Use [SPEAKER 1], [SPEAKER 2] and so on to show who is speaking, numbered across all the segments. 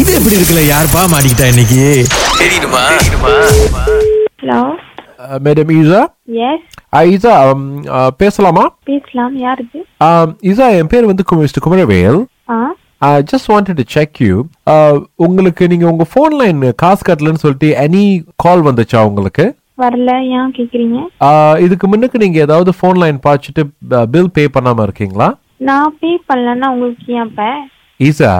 [SPEAKER 1] இது எப்படி இருக்குல்ல யாருப்பா மாட்டிக்கிட்டா இன்னைக்கு
[SPEAKER 2] ஹலோ
[SPEAKER 3] மேடம் ஈசா
[SPEAKER 2] எஸ்
[SPEAKER 3] ஆ, ஈசா ம், ஆ, பேசலாமா
[SPEAKER 2] பேசலாம் யாருக்கு
[SPEAKER 3] ஆ, ஈசா என் பேர் வந்து கு- mister Kumaravel
[SPEAKER 2] ah
[SPEAKER 3] I just wanted to check you உங்களுக்கு நீங்க உங்க ஃபோன்ல என்ன காசு கட்டலன்னு சொல்லிட்டு எனி கால் வந்துச்சா உங்களுக்கு
[SPEAKER 2] வரல ஏன் கேக்குறீங்க
[SPEAKER 3] ஆ, இதுக்கு முன்னுக்கு நீங்க ஏதாவது ஃபோன் லைன் பார்த்துட்டு பில் பே பண்ணாம இருக்கீங்களா
[SPEAKER 2] நான் பே பண்ணலன்னா உங்களுக்கு ஏன் இப்ப
[SPEAKER 3] ஈசா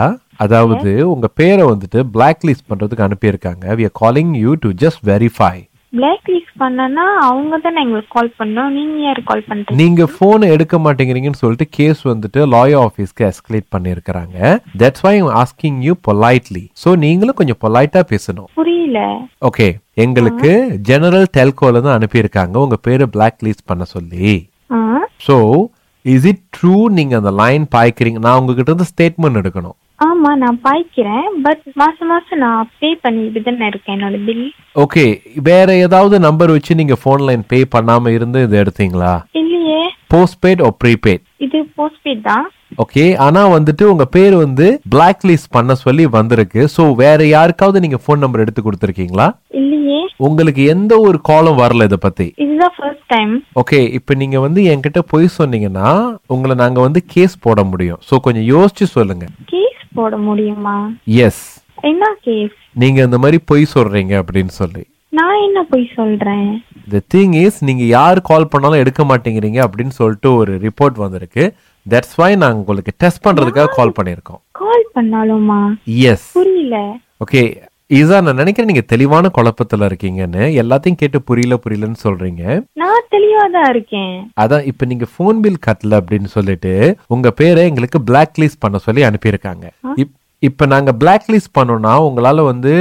[SPEAKER 3] அதாவது உங்க பேரை வந்துட்டு பிளாக் லிஸ்ட் பண்றதுக்கு அனுப்பியிருக்காங்க we are calling you to just verify
[SPEAKER 2] black list பண்ணனா அவங்க தானே எங்களுக்கு கால் பண்ணோம் நீங்க யாரு கால் பண்றீங்க
[SPEAKER 3] நீங்க போன் எடுக்க மாட்டேங்கிறீங்கன்னு சொல்லிட்டு கேஸ் வந்துட்டு லாயர் ஆஃபீஸ்க்கு எஸ்கலேட் பண்ணியிருக்கிறாங்க that's why asking you politely so நீங்களும் கொஞ்சம் பொலைட்டா பேசணும்
[SPEAKER 2] புரியல
[SPEAKER 3] ஓகே எங்களுக்கு ஜெனரல் டெல்கோல தான் அனுப்பியிருக்காங்க உங்க பேரை பிளாக் லிஸ்ட் பண்ண சொல்லி
[SPEAKER 2] ah
[SPEAKER 3] so is it true நீங்க அந்த லைன் பாய்க்கிறீங்க நான் உங்ககிட்ட இருந்து ஸ்டேட்மெண்ட் எடுக்கணும்
[SPEAKER 2] ஆமா நான் பாய்க்கிறேன் பட் மாசம் மாசம் நான் பே பண்ணிட்டு தானே இருக்கேன் என்னோட பில்
[SPEAKER 3] ஓகே வேற ஏதாவது நம்பர் வச்சு நீங்க ஃபோன் லைன் பே பண்ணாம இருந்து இதை எடுத்தீங்களா
[SPEAKER 2] இல்லையே
[SPEAKER 3] போஸ்ட்பெய்ட் ஓ ப்ரீபெய்ட்
[SPEAKER 2] இது போஸ்ட்பெய்ட் தான்
[SPEAKER 3] ஓகே ஆனா வந்துட்டு உங்க பேர் வந்து பிளாக் லிஸ்ட் பண்ண சொல்லி வந்திருக்கு ஸோ வேற யாருக்காவது நீங்க ஃபோன் நம்பர் எடுத்து கொடுத்துருக்கீங்களா
[SPEAKER 2] இல்லையே
[SPEAKER 3] உங்களுக்கு எந்த ஒரு காலும் வரல இதை பத்தி
[SPEAKER 2] இதுதான் ஃபர்ஸ்ட் டைம்
[SPEAKER 3] ஓகே இப்போ நீங்க வந்து என்கிட்ட பொய் சொன்னீங்கன்னா உங்களை நாங்க வந்து கேஸ் போட முடியும் ஸோ கொஞ்சம் யோசிச்சு சொல்லுங்க
[SPEAKER 2] கேஸ் போட முடியுமா
[SPEAKER 3] எஸ்
[SPEAKER 2] என்ன கேஸ்
[SPEAKER 3] நீங்க இந்த மாதிரி பொய் சொல்றீங்க அப்படின்னு சொல்லி
[SPEAKER 2] நான் என்ன போய் சொல்றேன்
[SPEAKER 3] த திங் இஸ் நீங்க யார் கால் பண்ணாலும் எடுக்க மாட்டேங்கிறீங்க அப்படின்னு சொல்லிட்டு ஒரு ரிப்போர்ட் வந்திருக்கு தட்ஸ் வை நாங்க உங்களுக்கு டெஸ்ட் பண்றதுக்காக கால் பண்ணியிருக்கோம்
[SPEAKER 2] கால் பண்ணாலுமா
[SPEAKER 3] எஸ்
[SPEAKER 2] புரியல
[SPEAKER 3] ஓகே ஈசா நான் நினைக்கிறேன் நீங்க தெளிவான குழப்பத்துல இருக்கீங்கன்னு எல்லாத்தையும் கேட்டு புரியல புரியலன்னு சொல்றீங்க
[SPEAKER 2] நான் தெளிவா தான் இருக்கேன்
[SPEAKER 3] அதான் இப்ப நீங்க ஃபோன் பில் கட்டல அப்படின்னு சொல்லிட்டு உங்க பேரை எங்களுக்கு பிளாக் லிஸ்ட் பண்ண சொல்லி அனுப்பியிருக்காங்க இப்- இப்ப நாங்க பிளாக் லிஸ்ட் பண்ணோம்னா உங்களால வந்து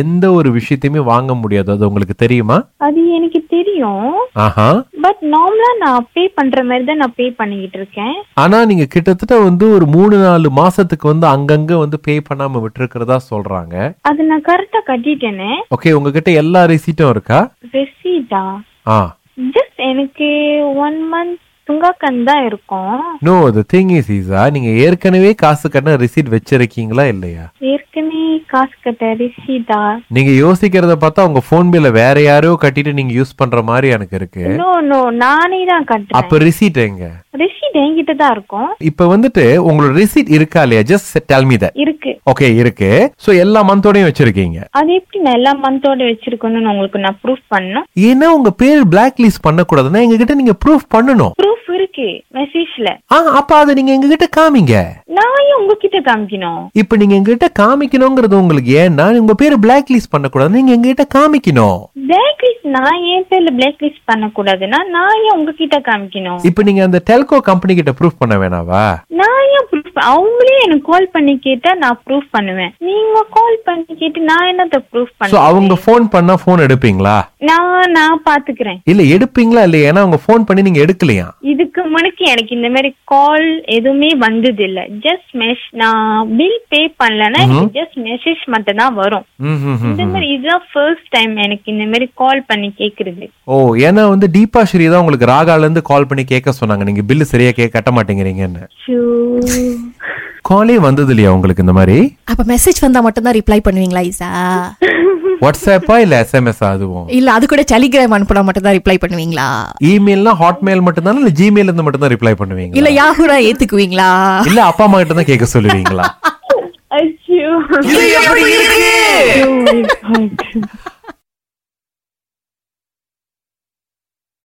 [SPEAKER 3] எந்த ஒரு விஷயத்தையுமே வாங்க முடியாது அது உங்களுக்கு தெரியுமா
[SPEAKER 2] அது எனக்கு தெரியும்
[SPEAKER 3] ஆஹா
[SPEAKER 2] பட் நார்மலா நான் பே பண்ற மாதிரி தான் நான் பே பண்ணிக்கிட்டு இருக்கேன்
[SPEAKER 3] ஆனா நீங்க கிட்டத்தட்ட வந்து ஒரு மூணு நாலு மாசத்துக்கு வந்து அங்கங்க வந்து பே பண்ணாம விட்டுருக்கிறதா சொல்றாங்க
[SPEAKER 2] அது நான் கரெக்டா கட்டிட்டேனே
[SPEAKER 3] ஓகே உங்ககிட்ட எல்லா ரெசிட்டும் இருக்கா
[SPEAKER 2] ரெசீட்டா
[SPEAKER 3] ஆ
[SPEAKER 2] ஜஸ்ட் எனக்கு ஒன் மந்த் துங்காக்கன் தான் இருக்கும்
[SPEAKER 3] no the thing is Eesa நீங்க ஏற்கனவே காசு கட்டின ரிசீட் வச்சிருக்கீங்களா இல்லையா
[SPEAKER 2] ஏற்கனவே காசு கட்ட ரெசீட்டா
[SPEAKER 3] நீங்க யோசிக்கிறத பார்த்தா உங்க போன் பில்ல வேற யாரையோ கட்டிட்டு நீங்க யூஸ் பண்ற மாதிரி எனக்கு இருக்கு
[SPEAKER 2] நோ நோ நானே தான் கட்டுறேன்
[SPEAKER 3] அப்ப ரிசீட் எங்க
[SPEAKER 2] ரெசீட் என்கிட்ட தான் இருக்கும்
[SPEAKER 3] இப்ப வந்துட்டு உங்களோட ரிசீட் இருக்கா இல்லையா ஜஸ்ட் டெல் மீ தட்
[SPEAKER 2] இருக்கு
[SPEAKER 3] ஓகே இருக்கு சோ எல்லா மந்தோடையும் வச்சிருக்கீங்க
[SPEAKER 2] அது எப்படி நான் எல்லா மந்தோட வச்சிருக்கணும்னு உங்களுக்கு நான் ப்ரூஃப் பண்ணணும்
[SPEAKER 3] ஏன்னா உங்க பேர் பிளாக் லிஸ்ட் பண்ணக்கூடாதுன்னா எங்க கிட்ட நீங்க ப்ரூஃப் பண்ணணும்
[SPEAKER 2] ப்ரூஃப் இருக்கு மெசேஜ்ல
[SPEAKER 3] ஆ அப்ப அதை நீங்க எங்க கிட்ட காமிங்க
[SPEAKER 2] நான் ஏன் உங்ககிட்ட காமிக்கணும்
[SPEAKER 3] இப்ப நீங்க எங்க கிட்ட காமிக்கணுங்கிறது உங்களுக்கு ஏன்னா உங்க பேர் பிளாக் லிஸ்ட் பண்ணக்கூடாதுன்னு நீங்க எங்க கிட்ட காமிக்கணும்
[SPEAKER 2] பிளாக் லிஸ்ட் நான் ஏன் பேர்ல பிளாக் லிஸ்ட் பண்ணக்கூடாதுன்னா நான் ஏன் உங்ககிட்ட காமிக்கணும்
[SPEAKER 3] இப்ப நீங்க அந்த டெல்கோ கம்பெனி கிட்ட ப்ரூஃப் பண்ண வேணாவா
[SPEAKER 2] நான் ஏன் ப்ரூஃப் அவங்களே எனக்கு கால் பண்ணி கேட்டா நான் ப்ரூஃப் பண்ணுவேன் நீங்க கால் பண்ணி கேட்டு நான் என்னத்த ப்ரூஃப்
[SPEAKER 3] சோ அவங்க
[SPEAKER 2] பண்ணுவேன்
[SPEAKER 3] ஃபோன் பண்ணா ஃபோன் எடுப்பீங்களா
[SPEAKER 2] நான் நான் பாத்துக்கிறேன்
[SPEAKER 3] இல்ல எடுப்பீங்களா இல்லையா ஏன்னா அவங்க ஃபோன் பண்ணி நீங்க எடுக்கலையா
[SPEAKER 2] இதுக்கு முன்னாடி எனக்கு இந்த மாதிரி கால் எதுவுமே வந்தது இல்ல ஜஸ்ட் மெஸ் நான் பில் பே பண்ணலன்னா எனக்கு ஜஸ்ட் மெசேஜ் மட்டும் தான் வரும்
[SPEAKER 3] ம், ம், ம்.
[SPEAKER 2] இந்த மாதிரி இதுதான் ஃபர்ஸ்ட் டைம் எனக்கு இந்த மாதிரி கால் பண்ணி கேக்குறது
[SPEAKER 3] ஓ ஏன்னா வந்து தீபா ஸ்ரீ தான் உங்களுக்கு ராகால இருந்து கால் பண்ணி கேட்க சொன்னாங்க நீங்க பில்லு சரியா கே கட்ட மாட்டேங்கிறீங்கன்னு
[SPEAKER 2] ஷூ.
[SPEAKER 3] காலே வந்தது இல்லையா உங்களுக்கு இந்த மாதிரி
[SPEAKER 4] அப்ப மெசேஜ் வந்தா மட்டும் தான் ரிப்ளை பண்ணுவீங்களா ஈசா
[SPEAKER 3] வாட்ஸ்அப்பா இல்ல எஸ்எம்எஸ் அதுவும்
[SPEAKER 4] இல்ல அது கூட டெலிகிராம் அனுப்புனா மட்டும் தான் ரிப்ளை பண்ணுவீங்களா
[SPEAKER 3] இமெயில்னா ஹாட்மெயில் மட்டும் தானே இல்ல ஜிமெயில் இருந்து மட்டும் தான் ரிப்ளை பண்ணுவீங்க
[SPEAKER 4] இல்ல யாகுடா ஏத்துக்குவீங்களா
[SPEAKER 3] இல்ல அப்பா அம்மா கிட்ட தான் கேட்க சொல்லுவீங்களா
[SPEAKER 2] அச்சோ.
[SPEAKER 3] இது எப்படி இருக்கு?
[SPEAKER 2] Oh my God.